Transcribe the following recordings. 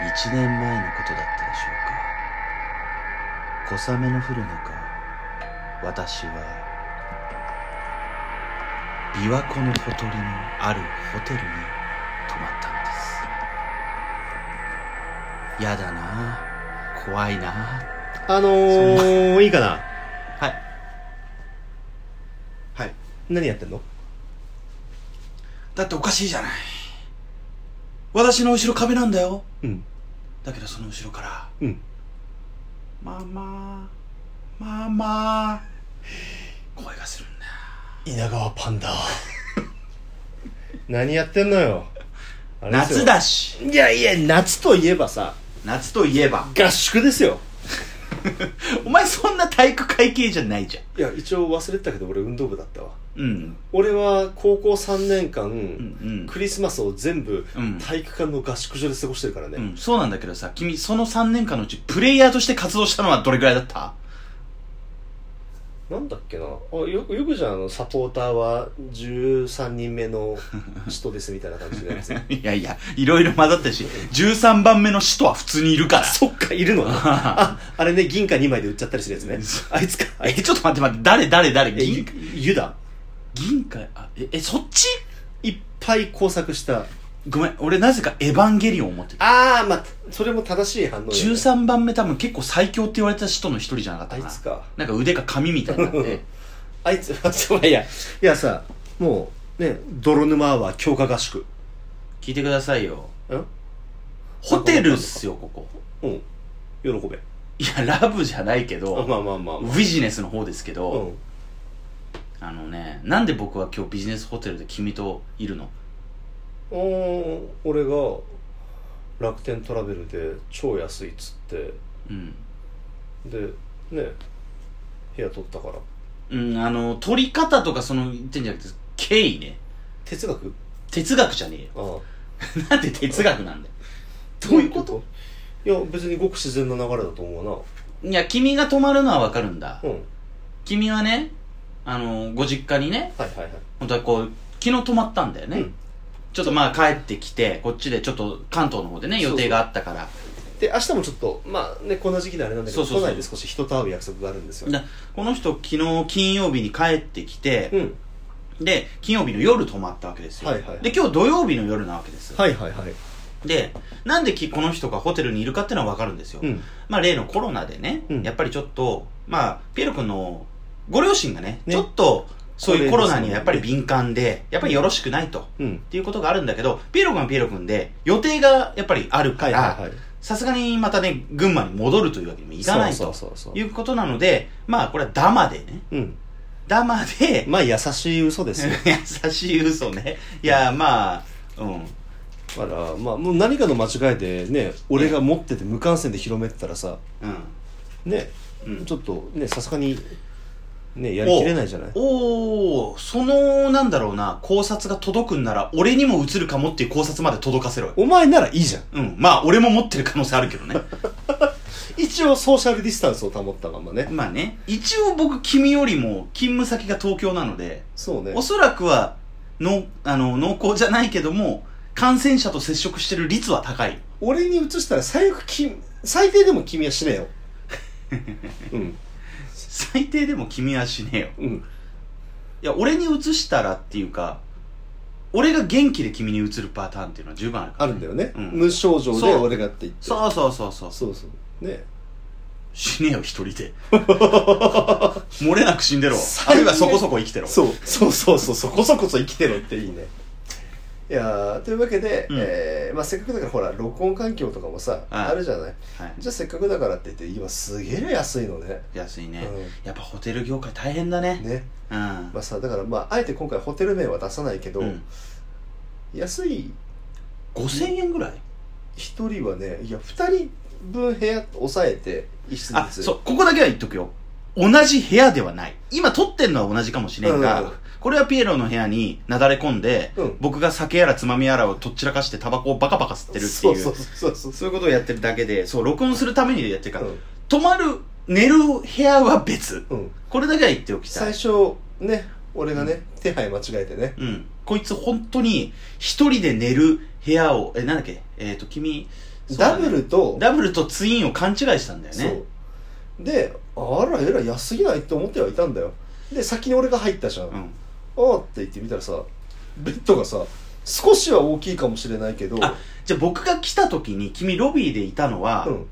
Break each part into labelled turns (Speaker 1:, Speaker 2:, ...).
Speaker 1: 一年前のことだったでしょうか小雨の降る中私は琵琶湖のほとりのあるホテルに泊まったのですやだなあ怖いなあ
Speaker 2: あのー、いいかな
Speaker 1: はいはい
Speaker 2: 何やってんの
Speaker 1: だっておかしいじゃない私の後ろ壁なんだよ
Speaker 2: うん。
Speaker 1: だけどその後ろから
Speaker 2: うん。
Speaker 1: 「ママママ」声がするんだ
Speaker 2: 稲川パンダ。 何やってんのよ。あれですよ
Speaker 1: 夏。だし
Speaker 2: いやいや、夏といえばさ、
Speaker 1: 夏といえば
Speaker 2: 合宿ですよ。
Speaker 1: お前そんな体育会系じゃないじゃん
Speaker 2: いや、一応忘れてたけど、俺運動部だったわ。
Speaker 1: うん
Speaker 2: 俺は高校3年間、
Speaker 1: うん
Speaker 2: クリスマスを全部、
Speaker 1: うん
Speaker 2: 体育館の合宿所で過ごしてるからね。
Speaker 1: うん、そうなんだけどさ、君、その3年間のうち、プレイヤーとして活動したのはどれぐらいだった
Speaker 2: なんだっけなあよくよくじゃんあのサポーターは13人目の人ですみたいな感じで
Speaker 1: いやいや、いろいろ混ざったし、13番目の使徒は普通にいる から。
Speaker 2: そっかいるのねああれね銀貨2枚で売っちゃったりするやつねあいつかあ
Speaker 1: え、
Speaker 2: い
Speaker 1: ちょっと待って待って、誰誰誰
Speaker 2: え
Speaker 1: 銀
Speaker 2: ゆ
Speaker 1: 貨、
Speaker 2: ゆだ
Speaker 1: 銀貨、あ、え、え、そっち
Speaker 2: いっぱい工作した
Speaker 1: ごめん、俺なぜかエヴァンゲリオンを持ってた。
Speaker 2: ああまあそれも正しい反応だよね
Speaker 1: 13番目多分結構最強って言われた人の一人じゃなかった
Speaker 2: あ
Speaker 1: か
Speaker 2: い
Speaker 1: な。
Speaker 2: つか
Speaker 1: なんか腕が紙みたいになって。
Speaker 2: あいつ そういやいやさもうね泥沼アワー強化合宿
Speaker 1: 聞いてくださいよ。
Speaker 2: うん
Speaker 1: ホテルっすよ、ここ。
Speaker 2: うん喜べ
Speaker 1: いや、ラブじゃないけ
Speaker 2: あ
Speaker 1: ど、
Speaker 2: まあまあまあま
Speaker 1: ビジネスの方ですけ
Speaker 2: あう
Speaker 1: ど、
Speaker 2: ん
Speaker 1: あのね、なんで僕は今日ビジネスホテルで君といるの
Speaker 2: あー俺が楽天トラベルで超安いっつって
Speaker 1: うん。
Speaker 2: でね部屋取ったから
Speaker 1: うん、あの、取り方とかその言ってんじゃなくて、経緯ね。
Speaker 2: 哲学
Speaker 1: 哲学じゃねえよ。
Speaker 2: ああ
Speaker 1: なんで哲学なんだよ。
Speaker 2: どういうこといや別にごく自然な流れだと思う
Speaker 1: いや、君が泊まるのはわかるんだ。
Speaker 2: なうん
Speaker 1: 君はね、あの、ご実家にね、
Speaker 2: はいはいはい
Speaker 1: 本当はこう、昨日泊まったんだよね。
Speaker 2: うん
Speaker 1: ちょっとまあ帰ってきて、こっちでちょっと関東の方でね、
Speaker 2: そうそう
Speaker 1: 予定があったから。
Speaker 2: で明日もちょっとまあねこんな時期であれなんだけど
Speaker 1: そうそうそう
Speaker 2: 都内で少し人と会う約束があるんですよ
Speaker 1: なこの人、昨日金曜日に帰ってき
Speaker 2: う
Speaker 1: て、
Speaker 2: ん
Speaker 1: で、金曜日の夜泊まったわけですよ。
Speaker 2: はいはい
Speaker 1: で、今日土曜日の夜なわけです。
Speaker 2: はいはいはい
Speaker 1: で、なんできこの人がホテルにいるかっていうのはわかるんですよ。
Speaker 2: うん
Speaker 1: まあ例のコロナでね、
Speaker 2: うん
Speaker 1: やっぱりちょっと、まあ、ピエロ君のご両親がね、
Speaker 2: ね
Speaker 1: ちょっと、そういうコロナにはやっぱり
Speaker 2: これ
Speaker 1: 敏感で、やっぱりよろしくないと、っ
Speaker 2: うん
Speaker 1: ていうことがあるんだけど、ピエロ君はピエロ君で、予定がやっぱりある
Speaker 2: は
Speaker 1: か
Speaker 2: いはい
Speaker 1: ら、
Speaker 2: はい
Speaker 1: さすがにまたね、群馬に戻るというわけにもいかない
Speaker 2: そ
Speaker 1: と
Speaker 2: うそうそうそ
Speaker 1: いうことなので、まあこれはダマでね、
Speaker 2: ううん
Speaker 1: ダマで、
Speaker 2: まあ優しい嘘ですよ
Speaker 1: 優しい嘘ね。いや、まあ、うん。
Speaker 2: だからまあもう何かの間違いでね俺が持ってて無観戦で広めてたらさ
Speaker 1: うん。
Speaker 2: ね
Speaker 1: うん
Speaker 2: ちょっとねさすがにねやりきれないじゃない
Speaker 1: おおそのなんだろうな考察が届くんなら俺にも映るかもっていう考察まで届かせろよ
Speaker 2: お前ならいいじゃん
Speaker 1: うんまあ俺も持ってる可能性あるけどね
Speaker 2: 一応ソーシャルディスタンスを保った ままね
Speaker 1: まあね一応僕君よりも勤務先が東京なので
Speaker 2: そうね
Speaker 1: おそらくはのあの濃厚じゃないけども感染者と接触してる率は高い
Speaker 2: 俺に移したら最悪き最低でも君は死 ねようん
Speaker 1: 最低でも君はしねえよ
Speaker 2: うん
Speaker 1: いや俺に移したらっていうか俺が元気で君に移るパターンっていうのは十分あるか
Speaker 2: あ
Speaker 1: ら、
Speaker 2: るんだよね、
Speaker 1: うん
Speaker 2: 無症状で
Speaker 1: そう
Speaker 2: 俺がって言って
Speaker 1: そうそうそうそう
Speaker 2: そうそうね
Speaker 1: 死ねよ一人 で漏れなく死んでろあ
Speaker 2: 最悪
Speaker 1: るいはそこそこ生きてろ
Speaker 2: そうそうそうそうそこそこそ生きてろっていいねいやーというわけで、
Speaker 1: うん
Speaker 2: えーまあ、せっかくだからほら録音環境とかもさ
Speaker 1: ああ
Speaker 2: あるじゃない
Speaker 1: はい、
Speaker 2: じゃあせっかくだからって言って今すげえ安いのね
Speaker 1: 安いね、
Speaker 2: うん
Speaker 1: やっぱホテル業界大変だね
Speaker 2: ね
Speaker 1: うん、
Speaker 2: まあさだからまああえて今回ホテル名は出さないけど、
Speaker 1: うん、
Speaker 2: 安い
Speaker 1: 5000円ぐらい
Speaker 2: 一人はねいや二人分部屋抑えて一室
Speaker 1: あ
Speaker 2: ずつ
Speaker 1: そうここだけは言っとくよ同じ部屋ではない今撮ってんのは同じかもしれんが、
Speaker 2: うん
Speaker 1: これはピエロの部屋になだれ込んで、
Speaker 2: うん
Speaker 1: 僕が酒やらつまみやらをとっちらかしてタバコをバカバカ吸ってるって
Speaker 2: そ
Speaker 1: いうう
Speaker 2: そうそうそう
Speaker 1: そういうことをやってるだけでそう録音するためにやってるから、
Speaker 2: うん
Speaker 1: 泊まる寝る部屋は別
Speaker 2: うん、
Speaker 1: これだけは言っておきたい
Speaker 2: 最初ね俺がね、手配間違えてね
Speaker 1: うん。こいつ本当に、一人で寝る部屋を、え、なんだっけえっ、と、君、そうだ
Speaker 2: ダ
Speaker 1: ね
Speaker 2: ブルと
Speaker 1: ダブルとツインを勘違いしたんだよね
Speaker 2: そうであらえら安すぎないって思ってはいたんだよで先に俺が入ったじゃん、
Speaker 1: う
Speaker 2: あ
Speaker 1: ん、
Speaker 2: あって言ってみたらさベッドがさ少しは大きいかもしれないけど
Speaker 1: あじゃあ僕が来た時に君ロビーでいたのは、
Speaker 2: うん、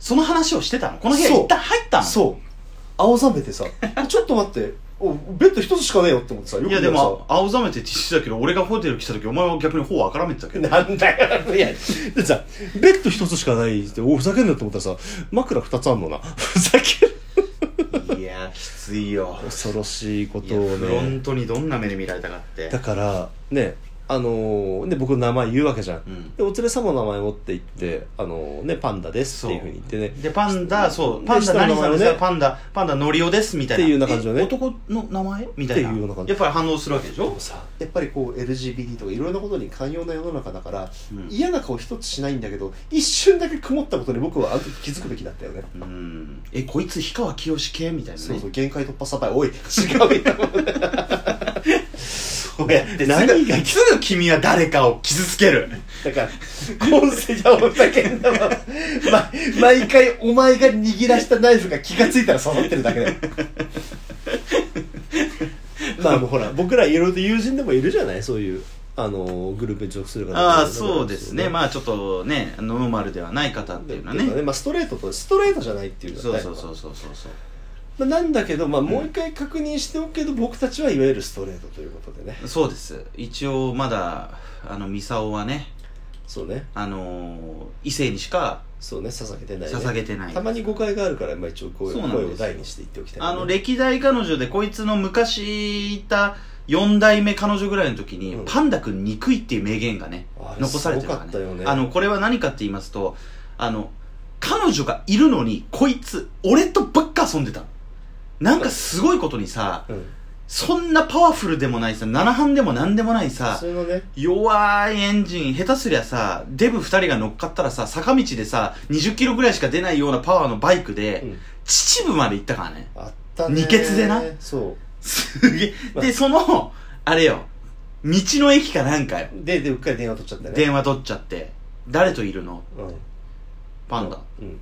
Speaker 1: その話をしてたのこの部屋
Speaker 2: そう
Speaker 1: 一旦入ったの
Speaker 2: そう青ざめてさちょっと待っておベッド一つしかねえよって思ってさよく
Speaker 1: や
Speaker 2: 見
Speaker 1: で
Speaker 2: たら
Speaker 1: も青ざめてティッシュだけど俺がホテル来た時お前は逆に頬をあからめ てたけど
Speaker 2: なんだよ、いや、でさ、ベッド一つしかないって、おふざけんなと思ったらさ、枕二つあんのな。 ふざける。
Speaker 1: いやきついよ
Speaker 2: 恐ろしいこ
Speaker 1: い
Speaker 2: と
Speaker 1: や
Speaker 2: を
Speaker 1: フロン
Speaker 2: ね。
Speaker 1: トにどんな目で見られたかって
Speaker 2: だから、ね、あのーね、僕の名前言うわけじゃん。
Speaker 1: うん
Speaker 2: で、お連れ様の名前持って行って、あのーね、パンダですっていうふうに言ってね。
Speaker 1: でパンダそう
Speaker 2: で
Speaker 1: パンダ
Speaker 2: 下の名
Speaker 1: 何
Speaker 2: 前
Speaker 1: さんです
Speaker 2: を
Speaker 1: か、
Speaker 2: ね
Speaker 1: パンダパンダのりおですみたいな
Speaker 2: っていうような感じのね
Speaker 1: え男の名前みたいな
Speaker 2: っていうような感じ
Speaker 1: やっぱり反応するわけでし
Speaker 2: で
Speaker 1: ょ
Speaker 2: もさ、やっぱりこう LGBT とかいろいろなことに寛容な世の中だから、
Speaker 1: うん
Speaker 2: 嫌な顔一つしないんだけど、一瞬だけ曇ったことに僕はあの時気づくべきだったよね。
Speaker 1: うんえこいつ氷川きよし系みたいなね
Speaker 2: そうそう、限界突破サバイ、おい、違う よ。
Speaker 1: そう やって
Speaker 2: 何
Speaker 1: 何
Speaker 2: が
Speaker 1: がすぐ君は誰かを傷つける
Speaker 2: だから、今世じゃお酒んだわ。 ま、毎回お前が握らしたナイフが気がついたら刺さってるだ けだよ。まあもうほら、僕らいろいろと友人でもいるじゃないそういう、あの、グループに属する方
Speaker 1: ああそうですね
Speaker 2: あ、
Speaker 1: まあちょっとねノーマルではない方っていうのはね
Speaker 2: まあ、ストレートと、ストレートじゃないっていうか
Speaker 1: そうそうそうそうそうそう
Speaker 2: まあなんだけど、まあもう一回確認しておくけど、僕たちはいわゆるストレートということでね。
Speaker 1: そうです一応まだあのミサオはね
Speaker 2: そうね。
Speaker 1: あのー異性にしか
Speaker 2: そうね、捧げてない、ね。
Speaker 1: 捧げてない
Speaker 2: たまに誤解があるから、まあ一応声を
Speaker 1: そうなんです
Speaker 2: 声
Speaker 1: よ
Speaker 2: を大にして言っておきたい、
Speaker 1: あの歴代彼女でこいつの昔いた4代目彼女ぐらいの時に、
Speaker 2: うん
Speaker 1: パンダ君憎いっていう名言がね
Speaker 2: あれ
Speaker 1: 残されてる
Speaker 2: すごかったよね
Speaker 1: あのこれは何かって言いますとあの彼女がいるのにこいつ俺とばっか遊んでたのなんかすごいことにさ
Speaker 2: うん、
Speaker 1: そんなパワフルでもないさ7班でも何でもないさ
Speaker 2: それのね
Speaker 1: 弱いエンジン下手すりゃさデブ2人が乗っかったらさ坂道でさ20キロぐらいしか出ないようなパワーのバイクで、
Speaker 2: うん
Speaker 1: 秩父まで行ったからね
Speaker 2: あったね
Speaker 1: 二欠でな
Speaker 2: そ
Speaker 1: すげえ。で、その、あれよ、道の駅かなんかよ。
Speaker 2: うででうっかり電話取っちゃったね
Speaker 1: 電話取っちゃって。誰といるの
Speaker 2: うん
Speaker 1: パンダ。
Speaker 2: うん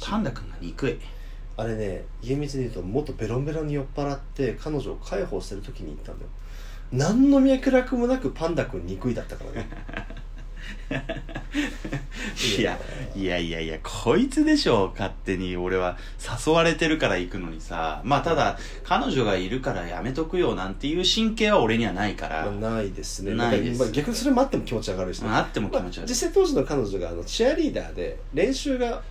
Speaker 1: パンダくんが憎い。
Speaker 2: あれね厳密に言うともっとベロンベロンに酔っ払って彼女を解放してる時に行ったんだよ何の脈絡もなくパンダ君憎いだったか らね
Speaker 1: いや、いやいやいや、こいつでしょ、勝手に。俺は誘われてるから行くのにさ。まあ、ただ、彼女がいるからやめとくよなんていう神経は俺にはないから。
Speaker 2: まあないですね
Speaker 1: ないです
Speaker 2: だからまあ逆にそれもあっても気持ち上がるしね
Speaker 1: まあ、あっても気持ち
Speaker 2: まあ
Speaker 1: 悪い
Speaker 2: 実。際当時の彼女があのチアリーダーで練習が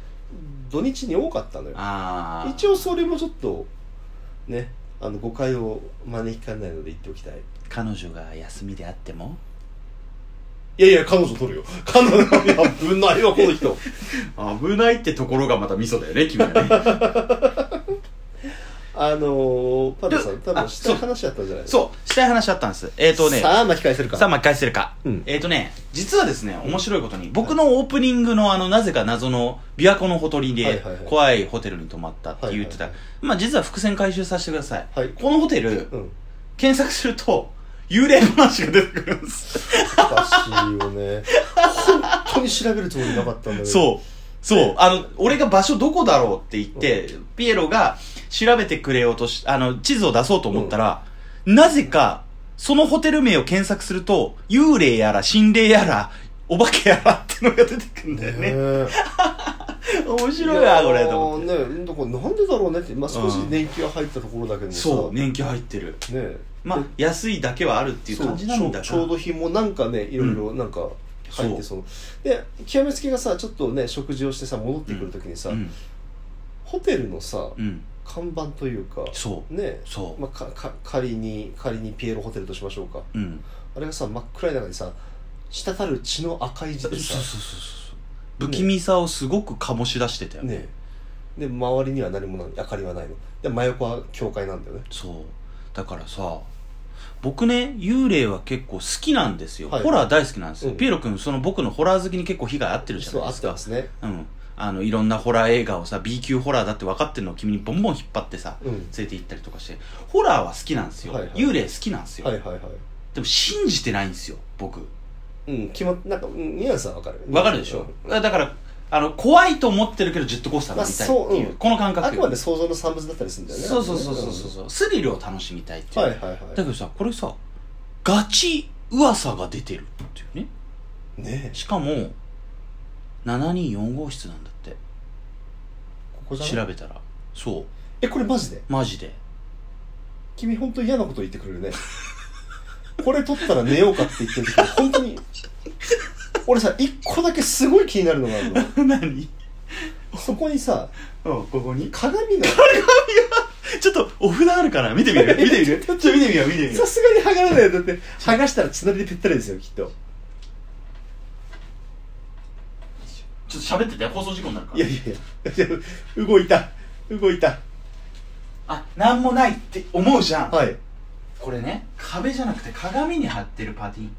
Speaker 2: 土日に多かったのよ
Speaker 1: ああ。
Speaker 2: 一応それもちょっとねあの誤解を招きかねないので言っておきたい
Speaker 1: 彼女が休みであっても
Speaker 2: いやいや彼女取るよ彼女いや危ないわこの人
Speaker 1: 危ないってところがまたミソだよね、君はね。
Speaker 2: あのー、パンダさん
Speaker 1: で
Speaker 2: 多分
Speaker 1: あ
Speaker 2: したい
Speaker 1: そう
Speaker 2: 話やったんじゃないですか
Speaker 1: そう、したい話あったんです。えっ、ー、とね。
Speaker 2: さあ巻き返せるか
Speaker 1: さあ巻き返してるか、
Speaker 2: うん
Speaker 1: えっ、とね実はですね面白いことに僕のオープニングのあのなぜか謎の琵琶湖のほとり
Speaker 2: はい
Speaker 1: で
Speaker 2: はいはい
Speaker 1: 怖いホテルに泊まったって言ってた、
Speaker 2: はいはい
Speaker 1: まあ実は伏線回収させてください、
Speaker 2: はい
Speaker 1: このホテル、
Speaker 2: うん
Speaker 1: 検索すると幽霊の話が出てくるんです
Speaker 2: おかしいよね本当に調べるつもりなかったんだけど
Speaker 1: そうそうあの俺が場所どこだろうって言ってピエロが調べてくれようとしあの地図を出そうと思ったら、なぜかそのホテル名を検索すると幽霊やら心霊やらお化けやらってのが出てくるんだよね、
Speaker 2: ね
Speaker 1: 面
Speaker 2: い
Speaker 1: 白い
Speaker 2: や
Speaker 1: わ
Speaker 2: ー
Speaker 1: これと思って
Speaker 2: ねだからなんでだろうねって、まあ、少し
Speaker 1: うん
Speaker 2: 年季は入ったところだけどさ
Speaker 1: そう
Speaker 2: ね
Speaker 1: 年季入ってる
Speaker 2: ね
Speaker 1: まあ安いだけはあるっていう
Speaker 2: そう
Speaker 1: 感じなんだ
Speaker 2: ちょうちょうど日もなんかねいろいろなんか入っ
Speaker 1: そ
Speaker 2: て
Speaker 1: う
Speaker 2: そので極めつけがさちょっとね食事をしてさ戻ってくるときにさ、
Speaker 1: うん
Speaker 2: ホテルのさ
Speaker 1: うん
Speaker 2: 看板というか
Speaker 1: そう
Speaker 2: ね
Speaker 1: そう
Speaker 2: まあ、かか仮に仮にピエロホテルとしましょうか
Speaker 1: うん
Speaker 2: あれがさ真っ暗い中にさ滴る血の赤い字
Speaker 1: そう
Speaker 2: で
Speaker 1: そうそう
Speaker 2: さ
Speaker 1: そうそう不気味さをすごく醸し出してたよね
Speaker 2: ねで周りには何もない明かりはないので真横は教会なんだよね
Speaker 1: そうだからさ僕ね幽霊は結構好きなんですよ、
Speaker 2: はい
Speaker 1: ホラー大好きなんですよ、
Speaker 2: うん
Speaker 1: ピエロ君その僕のホラー好きに結構被害合ってるじゃ
Speaker 2: そう
Speaker 1: ない
Speaker 2: 合
Speaker 1: で
Speaker 2: っ
Speaker 1: す
Speaker 2: て
Speaker 1: か
Speaker 2: ますね
Speaker 1: うんあのいろんなホラー映画をさ B 級ホラーだって分かってるのを君にボンボン引っ張ってさ
Speaker 2: うん
Speaker 1: 連れて行ったりとかしてホラーは好きなんですよ、
Speaker 2: はいはい
Speaker 1: 幽霊好きなんですよ、
Speaker 2: はいはいはい
Speaker 1: でも信じてないんですよ僕
Speaker 2: うん気もなんかうんニュアンスはわかる
Speaker 1: わかるでしょ、だからあの怖いと思ってるけどジェットコースターが見たいっていう,、
Speaker 2: まあそううん
Speaker 1: この感
Speaker 2: うん
Speaker 1: 覚
Speaker 2: あくまで想像の産物だったりするんだよね
Speaker 1: そうそうそうそうそうそうスリルを楽しみたいっていう、
Speaker 2: はいはいは
Speaker 1: だけどさこれさガチ噂が出てるっていうね
Speaker 2: いねえ
Speaker 1: しかも724号室なんだって
Speaker 2: ここじゃな
Speaker 1: 調
Speaker 2: い
Speaker 1: べたらそう
Speaker 2: えこれマジで
Speaker 1: マジで
Speaker 2: 君本当に嫌なこと言ってくれるねこれ撮ったら寝ようかって言ってる時本当に俺さ一個だけすごい気になるのがあるの
Speaker 1: 何
Speaker 2: そこにさ
Speaker 1: うんここに
Speaker 2: 鏡の
Speaker 1: ちょっとお札あるから見てみる見てみるちょっと見てみよう見てみよ
Speaker 2: さ
Speaker 1: う
Speaker 2: すがに剥がれないよだって剥がしたら血のりでぺったりですよきっと
Speaker 1: ちょっと喋ってて放送事故になるか
Speaker 2: いやいやいやいや動いた動いた
Speaker 1: あなんもないって思うじゃん
Speaker 2: はい
Speaker 1: これね壁じゃなくて鏡に貼ってるパティ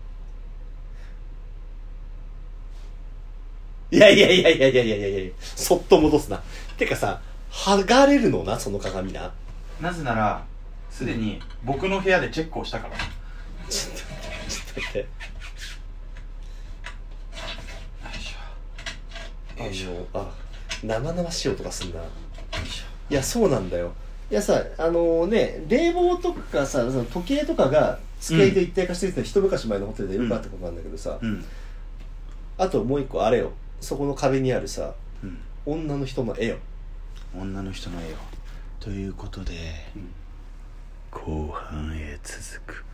Speaker 2: いやいやいやいやいやいやいやいやそっと戻すなてかさ剥がれるのなその鏡な
Speaker 1: なぜならすでに僕の部屋でチェックをしたから
Speaker 2: ちょっと待って
Speaker 1: よいしょよいしょ
Speaker 2: あのあ生々しい音がすんな
Speaker 1: よいし
Speaker 2: いやそうなんだよいやさあのね冷房とかさその時計とかが机で一体化してるってのは一昔前のホテルでよくあったことなんだけどさ、
Speaker 1: ょうん
Speaker 2: あともう一個あれよそこの壁にあるさ
Speaker 1: うん
Speaker 2: 女の人の絵よ
Speaker 1: 女の人の絵をということで、後半へ続く